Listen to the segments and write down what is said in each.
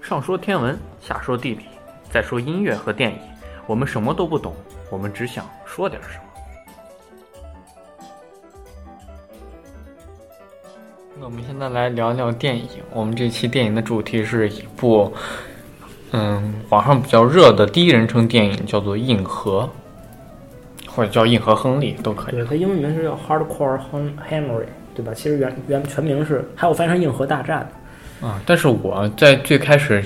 上说天文，下说地理，再说音乐和电影，我们什么都不懂，我们只想说点什么。那我们现在来聊聊电影。我们这期电影的主题是一部，嗯，网上比较热的第一人称电影，叫做《硬核》，或者叫《硬核亨利》都可以。对，它英文名是叫 Hardcore Hon- Henry，对吧？其实原原全名是，还有翻译成《硬核大战》。啊，但是我在最开始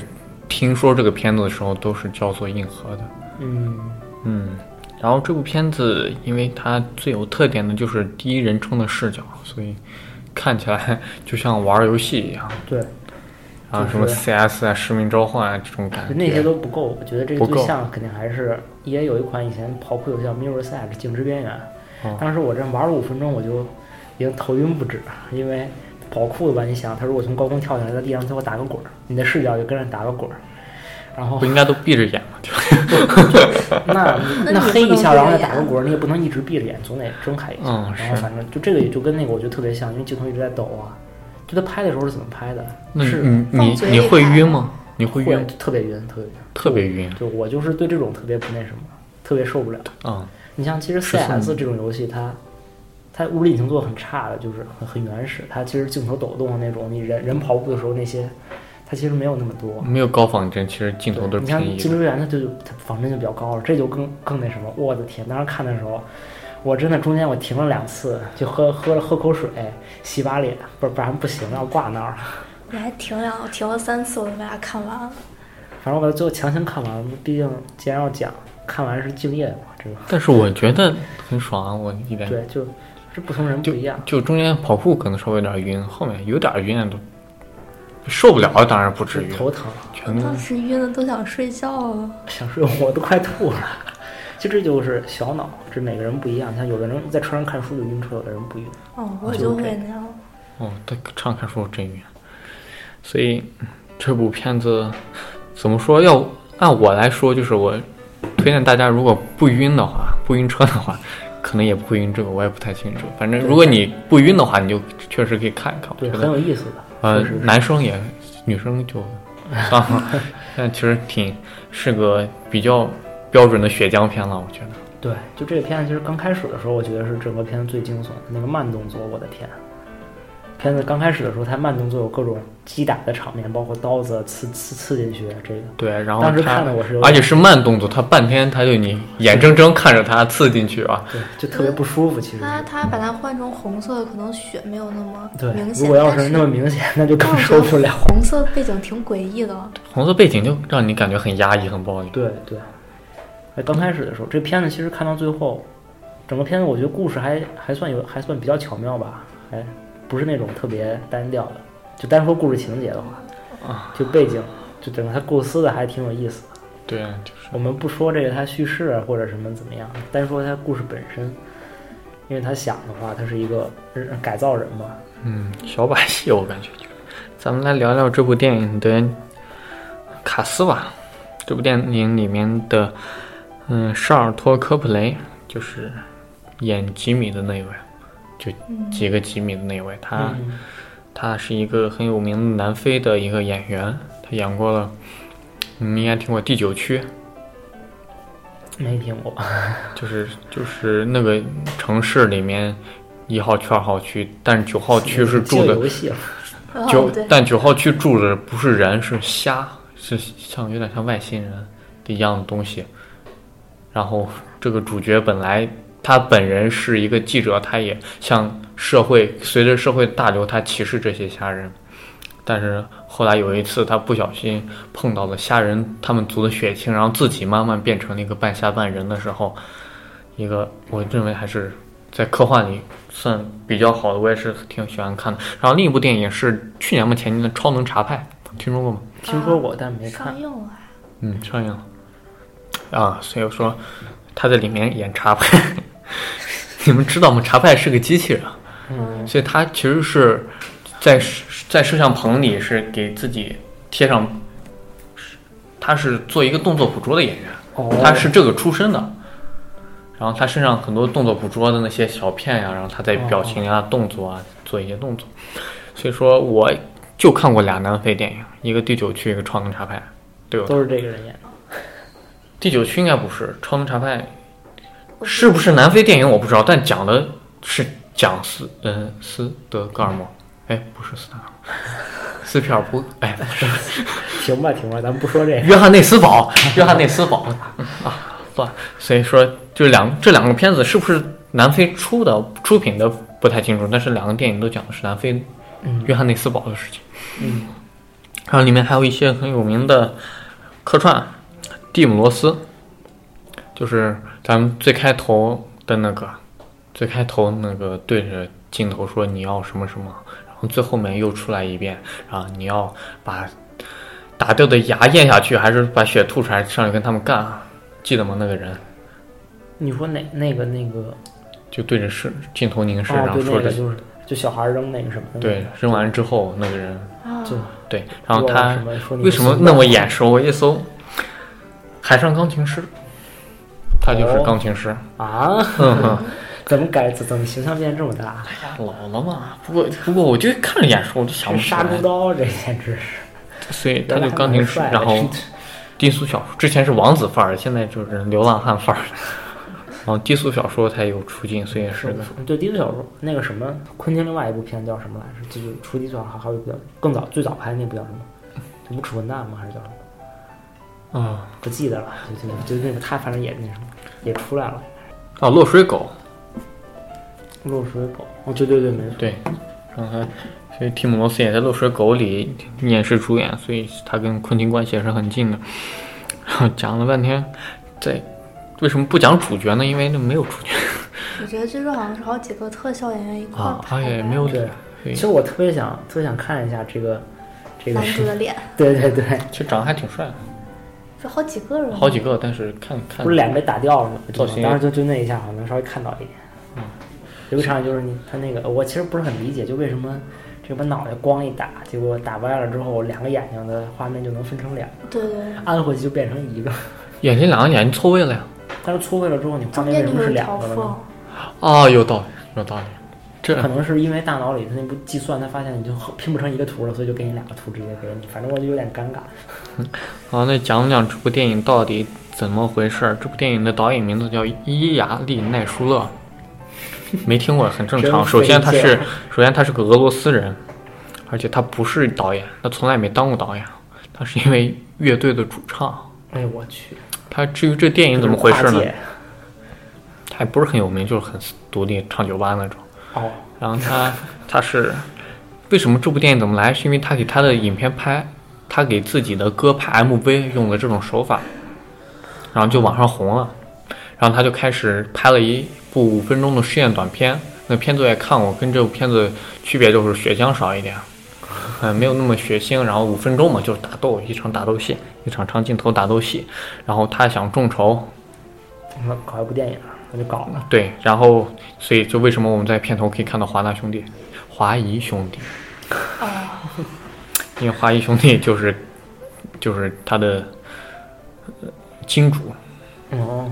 听说这个片子的时候，都是叫做硬核的。嗯，嗯，然后这部片子，因为它最有特点的就是第一人称的视角，所以看起来就像玩儿游戏一样，对，啊，就是什么 CS 啊、使命召唤啊这种感觉。那些都不够，我觉得这个不最够像肯定还是 E A 有一款以前跑酷游戏叫《Mirror Edge》静止边缘哦，当时我这玩了五分钟，我就已经头晕不止，啊因为跑酷的吧，你想，他如果从高空跳下来，在地上最后打个滚儿，你的视角就跟着打个滚儿，然后不应该都闭着眼吗？就 那那那你也黑不一能下，闭然后着再打个眼滚儿，你也不能一直闭着眼，总得睁开一下。嗯然后是反正就这个也就跟那个我觉得特别像，因为镜头一直在抖啊。就他拍的时候是怎么拍的？那是你你放嘴里你会看晕吗？你会会啊晕？特别晕，特别晕。特别晕就我就是对这种特别不那什么，特别受不了。啊！你像其实是嗯很 CS 这种游戏，它它物理已经做的很差了，就是很很原始。它其实镜头抖动的那种，你人人跑步的时候那些，它其实没有那么多。没有高仿真，其实镜头对，都是你像平移金的。州园，它就它仿真就比较高了，这就更更那什么，我的天！当时看的时候，我真的中间我停了两次，就喝喝了喝口水，洗把脸，不不然不行，要挂那儿了。我还停了停了三次，我就把它看完了。反正我把它最后强行看完，毕竟既然要讲，看完是敬业的嘛，这个但是我觉得很爽啊！我一点对，就这不同人不一样。就中间跑步可能稍微有点晕，后面有点晕都受不了，当然不至于，头疼，全当时晕的都想睡觉了。想睡，我都快吐了。其实这就是小脑，这每个人不一样。像有的人在船上看书就晕车，有的人不晕。哦，我啊就就是会这那样。哦，他常看书真晕，所以嗯这部片子怎么说？要按我来说，就是我推荐大家，如果不晕的话，不晕车的话，可能也不会晕这个，我也不太清楚。反正对如果你不晕的话，你就确实可以看一看。我对，觉很得，有意思的。呃确实，是男生也，女生 就算了，但其实挺是个比较标准的血浆片了，我觉得。对，就这个片子，其实刚开始的时候，我觉得是整个片子最惊悚的那个慢动作，我的天！片子刚开始的时候，它慢动作有各种击打的场面，包括刀子刺刺刺进去，啊这个对，然后当时他看的我是有而点且是慢动作，他半天他就你眼睁睁看着他刺进去啊，对就特别不舒服。其实他他把它换成红色，可能血没有那么对明，显。如果要但是那么明显，那就 更但我觉受得不了。红色背景挺诡异的，红色背景就让你感觉很压抑、很暴力。对对，哎，刚开始的时候，这片子其实看到最后，整个片子我觉得故事还还算有，还算比较巧妙吧，还不是那种特别单调的。就单说故事情节的话，啊，就背景，就整个它构思的还挺有意思的。对，啊就是我们不说这个它叙事啊或者什么怎么样，单说它故事本身，因为他想的话，他是一个人改造人嘛，嗯，小把戏，我感觉就是。咱们来聊聊这部电影的卡斯吧。这部电影里面的，嗯，沙尔托科普雷就是演吉米的那一位，就嗯几个吉米的那一位，他、嗯，他是一个很有名的南非的一个演员，他演过了，你们应该听过《第九区》，没听过，就是就是那个城市里面一号区、二号区，但是九号区哦 是住这个的游戏了，九哦，对，，但九号区住的不是人，是虾，是像有点像外星人的一样的东西。然后这个主角本来他本人是一个记者，他也向社会随着社会大流，他歧视这些虾人。但是后来有一次，他不小心碰到了虾人他们族的血清，然后自己慢慢变成了一个半虾半人的时候，一个我认为还是在科幻里算比较好的，我也是挺喜欢看的。然后另一部电影是去年嘛前年的《超能查派》，听说过吗？听说过但没看上。映了。嗯，上映了。啊，所以我说他在里面演查派， 你们知道吗？查派是个机器人，啊嗯，所以他其实是在摄在摄像棚里是给自己贴上，他是做一个动作捕捉的演员。哦，他是这个出身的，然后他身上很多动作捕捉的那些小片呀、然后他在表情啊、动作啊做一些动作，所以说我就看过俩南非电影，一个《第九区》，一个《超能查派》，都有他。都是这个人演的。第九区应该不是，《超能查派》是不是南非电影我不知道，但讲的是讲斯嗯、斯德哥尔摩，哎，不是斯德哥尔摩，斯皮尔伯格，哎，不是行吧，停吧，咱们不说这个。约翰内斯堡， 约翰内斯堡嗯啊，算了。所以说，就两这两个片子是不是南非出的出品的不太清楚，但是两个电影都讲的是南非嗯约翰内斯堡的事情。嗯，然后里面还有一些很有名的客串，蒂姆·罗斯，就是咱们最开头的那个，最开头那个对着镜头说你要什么什么，然后最后面又出来一遍，然后你要把打掉的牙咽下去，还是把血吐出来，上去跟他们干啊？记得吗？那个人你说哪那个那个？就对着视镜头凝视，哦然，后对，说着那个就是就小孩扔那个什么的。对，扔完之后那个人啊，就对，然后说他什么说你为什么那么眼熟？我一搜，《海上钢琴师》，他就是钢琴师。啊？ 嗯哼，哎怎么改？怎么形象变这么大？老了嘛。不过不过，我就看着眼熟，我就想这不起杀猪来。刀，这简直 是。所以他就钢琴师，原来还然蛮帅的后低俗小说之前是王子范儿，现在就是流浪汉 范儿。然后低俗小说才有出镜，所以是是个对低俗小说那个什么，昆汀另外一部片叫什么来着？就是除低俗小说还有一部叫更早最早拍的那部叫什么？就无耻混蛋吗？还是叫什么？啊不记得了，就就就那个他反正也那什么也出来了，啊，落水狗落水狗。哦，对对对，没错。对，然后他所以蒂姆罗斯也在《落水狗》里也是主演，所以他跟昆汀关系也是很近的。然后讲了半天，在为什么不讲主角呢？因为那没有主角我觉得这边好像是好几个特效演员一块儿啊，拍而的，且没有对，对其实我特别想特别想看一下这个这个男主是，的脸， 对对对，其实长得还挺帅的，这好几个人，好几个，但是看看不是脸被打掉了吗？造型当时就就那一下，好像稍微看到一点。嗯有一场就是你他那个，我其实不是很理解，就为什么这把脑袋光一打，结果打歪了之后，两个眼睛的画面就能分成两个，对对对，按回去就变成一个。眼睛两个眼睛错位了呀。 但是错位了之后，你画中面为间什就么有是一两条个了呢？缝，啊，有道理，有道理。这可能是因为大脑里它那不计算，它发现你就拼不成一个图了，所以就给你两个图直接给你。反正我就有点尴尬。好，啊那讲讲这部电影到底怎么回事儿？这部电影的导演名字叫伊雅利奈舒勒，没听过很正常。真首先他费是劲，首先他是个俄罗斯人，而且他不是导演，他从来没当过导演，他是因为乐队的主唱。哎我去，他至于这电影怎么回事跨呢？界？他也不是很有名，就是很独立唱酒吧那种。哦，然后他 他是为什么这部电影怎么来？是因为他给他的影片拍，他给自己的歌拍 MV 用了这种手法，然后就网上红了。然后他就开始拍了一部五分钟的试验短片。那片子我也看过，跟这部片子区别就是血浆少一点， 嗯，没有那么血腥。然后五分钟嘛，就是打斗，一场打斗戏，一场长镜头打斗戏。然后他想众筹，那搞一部电影，我就搞了。对，然后所以就为什么我们在片头可以看到华纳兄弟、华谊兄弟，哦， 因为华谊兄弟就是就是他的呃金主嗯哦，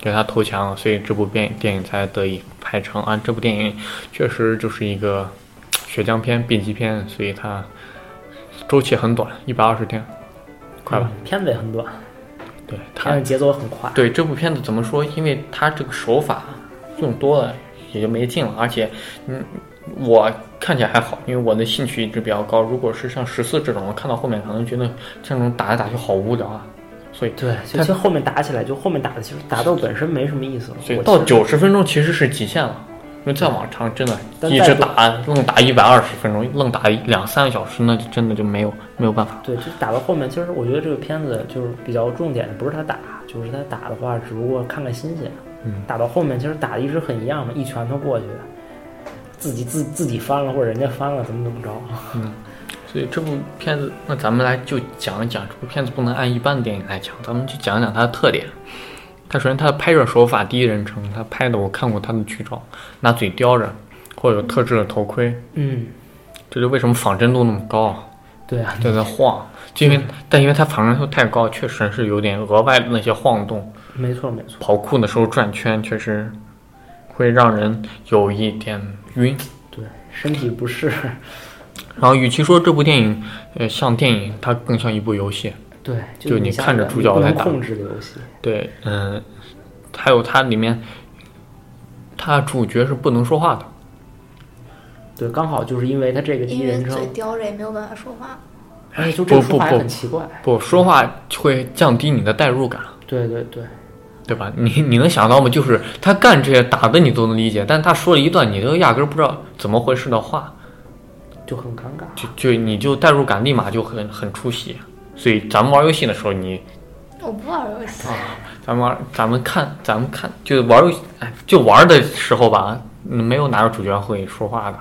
给他投钱了，所以这部电电影才得以拍成啊。这部电影确实就是一个血浆片、B 级片，所以它周期很短，一百二十天，快吧？嗯，片子也很短，对，它片子节奏很快。对这部片子怎么说？因为它这个手法用多了也就没劲了，而且，嗯，我看起来还好，因为我的兴趣一直比较高。如果是像十四这种，我看到后面可能觉得这种打来打去好无聊啊，所以对，就就后面打起来，就后面打的其实打斗本身没什么意思了。所以我到其实九十分钟其实是极限了。因为再往长，真的但一再直多打，愣打一百二十分钟，愣打两三个小时，那就真的就没有没有办法。对，就是打到后面，其实我觉得这个片子就是比较重点的，不是他打，就是他打的话，只不过看看新鲜。嗯，打到后面其实打的一直很一样嘛，一拳头过去，自己自自己翻了或者人家翻了，怎么怎么着。 所以这部片子，那咱们来就讲一讲这部片子，不能按一般的电影来讲，咱们就讲一讲它的特点。它首先它的拍摄手法第一人称，它拍的我看过它的剧照，拿嘴叼着，或者有特制的头盔，嗯，这就为什么仿真度那么高，对啊，就在晃，就因为但因为它仿真度太高，确实是有点额外的那些晃动，没错没错。跑酷的时候转圈，确实会让人有一点晕。对，身体不适，然后，与其说这部电影，呃，像电影，它更像一部游戏。对，就是你想看着的主你角不来能打控制的游戏，对，嗯、还有它里面，它主角是不能说话的。对，刚好就是因为他这个第因一为哎人称嘴，叼着也没有办法说话。而哎且就这个不说法不也不很奇怪。不说话会降低你的代入感，对对对，对吧？你你能想到吗？就是他干这些打的你都能理解，但他说了一段你都压根儿不知道怎么回事的话，就很尴尬。就就你就代入感立马就很很出戏。所以咱们玩游戏的时候，你我不玩游戏，啊咱们玩咱们看咱们看就玩游戏，哎，就玩的时候吧，嗯没有哪个主角会说话的。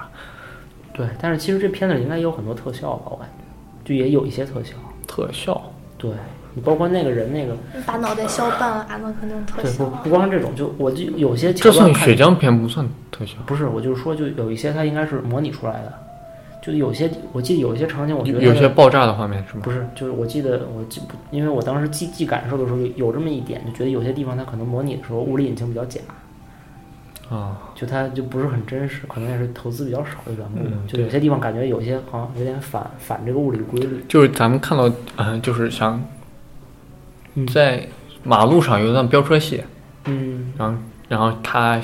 对，但是其实这片子里应该有很多特效吧，我感觉，就也有一些特效。特效对你包括那个人那个，你把脑袋削半拉，那肯定特对，效不。不光是这种，就我就有些这桥段算看血浆片不算特效，不是，我就是说，就有一些它应该是模拟出来的，就有些我记得有一些场景，我觉得有它些的爆炸的画面是吗？不是，就是我记得我记不，因为我当时记记感受的时候有有这么一点，就觉得有些地方它可能模拟的时候物理引擎比较假，啊、就它就不是很真实，可能也是投资比较少的缘故，嗯就有些地方感觉有些好像有点反反这个物理规律。就是咱们看到，嗯、就是想嗯在马路上有一段飙车戏，嗯，然后然后他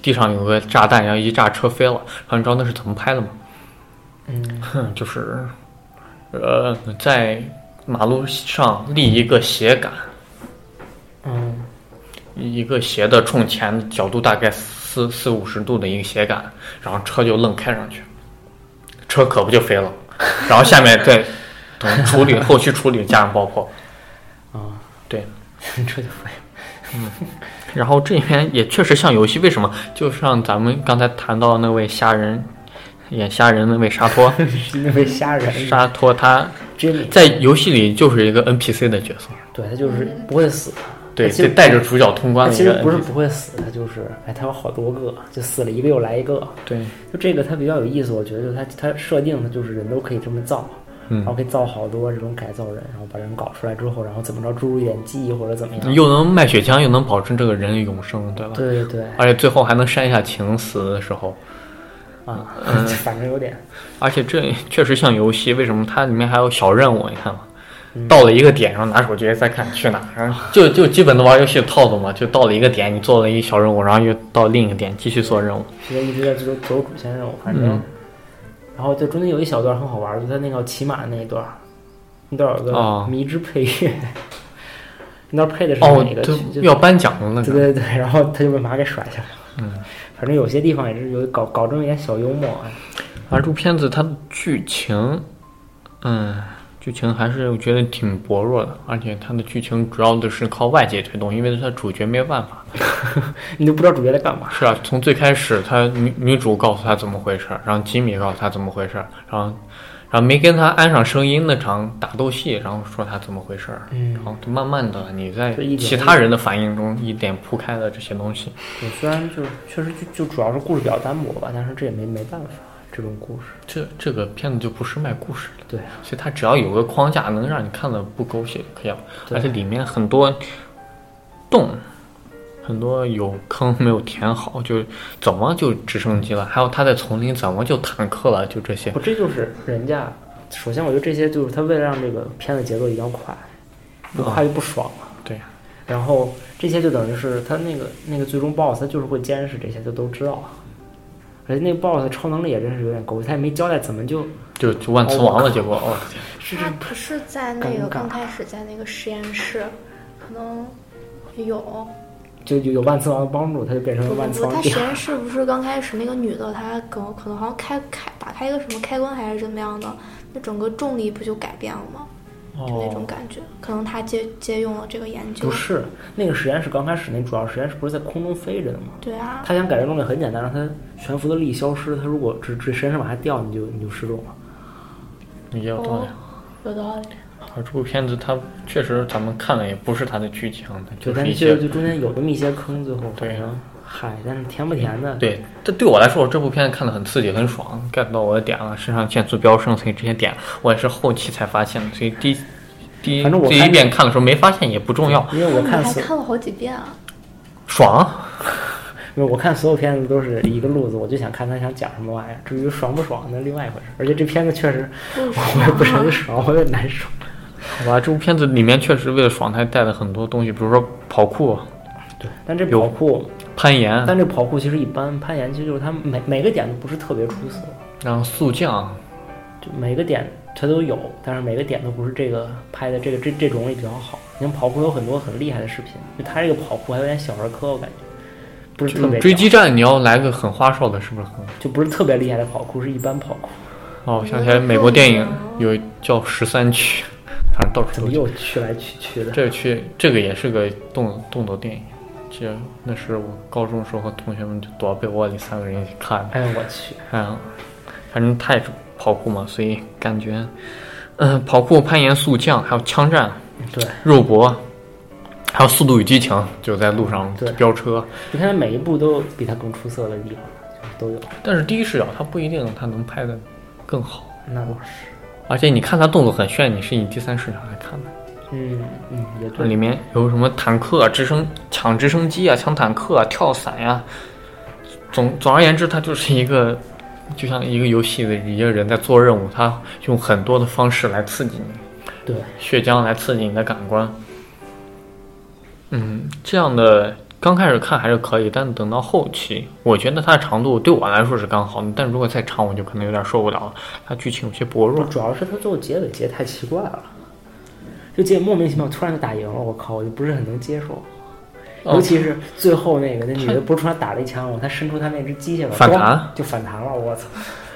地上有个炸弹，然后一炸车飞了，然后你知道那是怎么拍的吗？嗯，哼，就是呃，在马路上立一个斜杆，嗯， 一个斜的冲前角度大概四四五十度的一个斜杆，然后车就愣开上去，车可不就飞了， 然后下面再等处理后续处理加上爆 破。啊，对，这就废了。然后这里面也确实像游戏，为什么？就像咱们刚才谈到那位虾人，演虾人那位沙 托，是因为吓人沙托他 Jimmy，在游戏里就是一个 NPC 的角色，对他就是不会死，对，其实就带着主角通关他的其一实个不是 NPC。不会死，他就是哎，他有好多个，就死了一个又来一个。对，就这个它比较有意思，我觉得就是它它设定的就是人都可以这么造，然后嗯，可以造好多这种改造人，然后把人搞出来之后，然后怎么着注入一点记忆或者怎么样。又能卖血浆，又能保证这个人永生，对吧？对对对而且最后还能删一下情死的时候，啊，嗯 反正有点而且这确实像游戏，为什么它里面还有小任务？你看嘛嗯，到了一个点，然后拿手机再看去哪儿，然后就就基本的玩游戏的套路嘛，就到了一个点，你做了一个小任务，然后又到另一个点继续做任务。现在一直在走走主线任务，反正。嗯然后就中间有一小段很好玩，就他那个骑马那一段，那段有个哦迷之配乐，那段配的是哦哪个，曲？对，就要颁奖了那对个，对对，然后他就被马给甩下来了。嗯，反正有些地方也是有搞搞这么一点小幽默啊。而这部片子它的剧情，嗯，剧情还是我觉得挺薄弱的，而且它的剧情主要的是靠外界推动，因为它主角没有办法。你都不知道主角在干嘛。是啊，从最开始，她女女主告诉她怎么回事儿，然后吉米告诉她怎么回事儿，然后，然后没跟她安上声音那场打斗戏，然后说她怎么回事儿，嗯然后就慢慢的你在就一点其他人的反应中一点铺开了这些东西。对，虽然就是确实就就主要是故事比较单薄吧，但是这也没没办法，这种故事。这这个片子就不是卖故事的，对，啊所以它只要有个框架能让你看了不狗血可以了，对啊而且里面很多洞。很多有坑没有填好，就怎么就直升机了？还有他在丛林怎么就坦克了？就这些不，这就是人家。首先，我觉得这些就是他为了让这个片子节奏一定要快，不快就不爽了。对。然后这些就等于是他那个那个最终 BOSS，他就是会监视这些，就都知道了。而且那个 BOSS 的超能力也真是有点狗血，他也没交代怎么就就就万磁王了，结果哦，是他不是在那尴尬个刚开始在那个实验室，可能有就有有万磁王的帮助，他就变成了不万不磁不，王他第实二。验室不是刚开始那个女的，她可能可能好像开开打开一个什么开关还是怎么样的，那整个重力不就改变了吗？就那种感觉，可能他借借用了这个研 究哦不。是那个实验室刚开始那主要实验室不是在空中飞着的吗？对啊，他想改变重力很简单，让他悬浮的力消失。他如果只只身上往下掉，你就你就失重了。也有道哦理。，有道理。而这部片子它确实咱们看了也不是它的剧情，它就就但是是一其实些就中间有那么一些坑，最后对反正嗨，但是甜不甜的？，对。这对我来说，我这部片子看的很刺激，很爽，get 到我的点了，肾上腺素飙升，所以这些点我也是后期才发现的，所以第一第一反正我第一看遍看的时候没发现也不重要，因为我你看还所看了好几遍啊！爽啊！因为我看所有片子都是一个路子，我就想看他想讲什么玩意儿。至于爽不爽，那另外一回事。而且这片子确实，我也不是很爽，我也 难受。好吧，这部片子里面确实为了爽，它带了很多东西，比如说跑酷、对，但这有嗯跑酷，攀岩，但这跑酷其实一般，攀岩其实就是它每每个点都不是特别出色，然后速降，就每个点它都有，但是每个点都不是这个拍的这个这这种类比较好。你看跑酷有很多很厉害的视频，就它这个跑酷还有点小儿科，我感觉不是特别追屌击战，你要来个很花哨的，是不是很？就不是特别厉害的跑酷，是一般跑酷。哦，我想起来美国电影有叫《十三区》，反正到怎处么都有。又去来去去的？这个区这个也是个动动作电影，这那是我高中时候和同学们就躲被窝里三个人一起看的。哎呦我去！嗯，反正太跑酷嘛，所以感觉，嗯、跑酷、攀岩、速降，还有枪战、对，肉搏，还有速度与激情，就在路上对飙车。你看它每一部都有比它更出色的地方，就是都有。但是第一视角它不一定它能拍的更好，那倒是，而且你看它动作很炫，你是以第三视角来看的。嗯嗯，也这对。里面有什么坦克、啊直升抢直升机啊、抢坦克啊、跳伞呀、总总而言之，它就是一个就像一个游戏的一个人在做任务，他用很多的方式来刺激你。对，血浆来刺激你的感官。嗯，这样的刚开始看还是可以，但等到后期，我觉得它的长度对我来说是刚好，但如果再长，我就可能有点受不了了。它剧情有些薄不弱是，。主要是它最后结尾结得太奇怪了，就结得莫名其妙突然就打赢了，我靠，我就不是很能接受。哦尤其是最后那个那女的不是突然打了一枪吗？她伸出她那只机械手，反弹咣就反弹了，我操，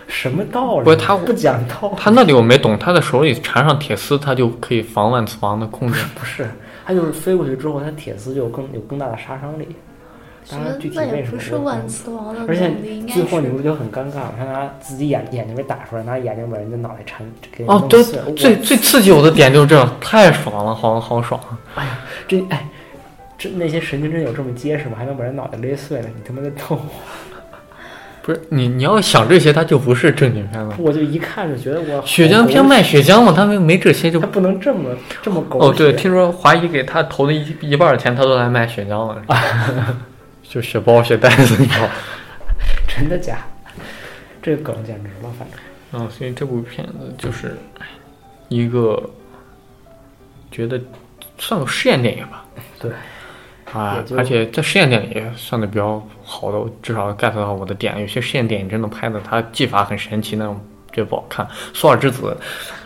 什么道理？不是她不讲道理，他那里我没懂，他的手里缠上铁丝，他就可以防万磁王的控制。不是，她就是飞过去之后，她铁丝就有更有更大的杀伤力。什当么然具体那为也什不么是我也不万知道磁王的而且能力，应该最后你是不觉得很尴尬吗？他拿自己眼眼睛被打出来，拿眼睛把人家脑袋缠给人哦，弄对碎了。，我最最刺激我的点就是这样，太爽了，好好爽啊！这哎，这那些神经真有这么结实吗？还能把人脑袋勒碎了？你他妈在逗我！不是你你要想这些，它就不是正经片了。 我就一看就觉得我血浆片卖血浆嘛，他没没这些就他不能这么这么狗血。哦，对，听说华谊给他投的一一半的钱，他都来卖血浆了， 就血包、血袋子，你知 道。真的假的？这个梗简直了，反正嗯，所以这部片子就是一个觉得算个试验电影吧。对。啊也就，而且在试验电影也算的比较好的，至少 get 到我的点。有些试验电影真的拍的，它技法很神奇，那种觉得不好看。《索尔之子》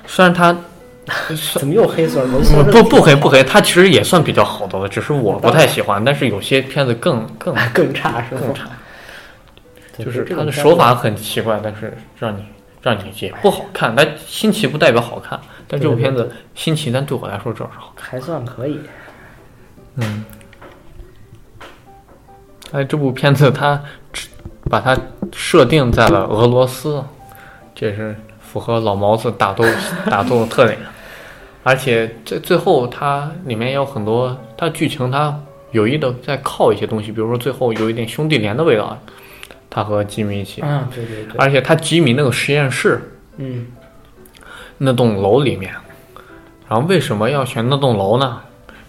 虽然 它怎么又黑索尔文？我嗯不不黑不黑，它其实也算比较好的了，只是我不太喜欢。但是有些片子更 更更差是吗？更差，哎 对就是这它的种片手子法很奇怪，但是让你让你也不好看。但新奇不代表好看，但这部片对子新奇，但对我来说至少是好看。还算可以。嗯，哎，这部片子它只把它设定在了俄罗斯，这也是符合老毛子打斗打斗的特点。而且最最后它里面有很多，它剧情它有意的在靠一些东西，比如说最后有一点兄弟连的味道，他和吉米一起，啊，对对对，而且他吉米那个实验室嗯，那栋楼里面。然后为什么要选那栋楼呢？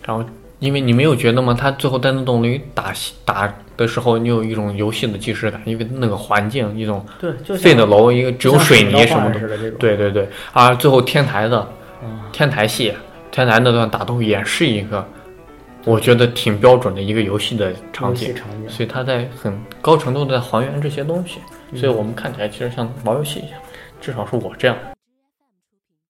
然后因为你没有觉得吗？他最后在那栋楼里打戏打的时候，你有一种游戏的即视感，因为那个环境，一种对，就像废的楼，一个只有像水水泥泥什画么的。似的这种。对对对，啊，最后天台的嗯天台戏，天台那段打斗也是一个，我觉得挺标准的一个游戏的场游景戏。场景，所以它在很高程度的还原这些东西，嗯所以我们看起来其实像玩游戏一样，至少是我这样。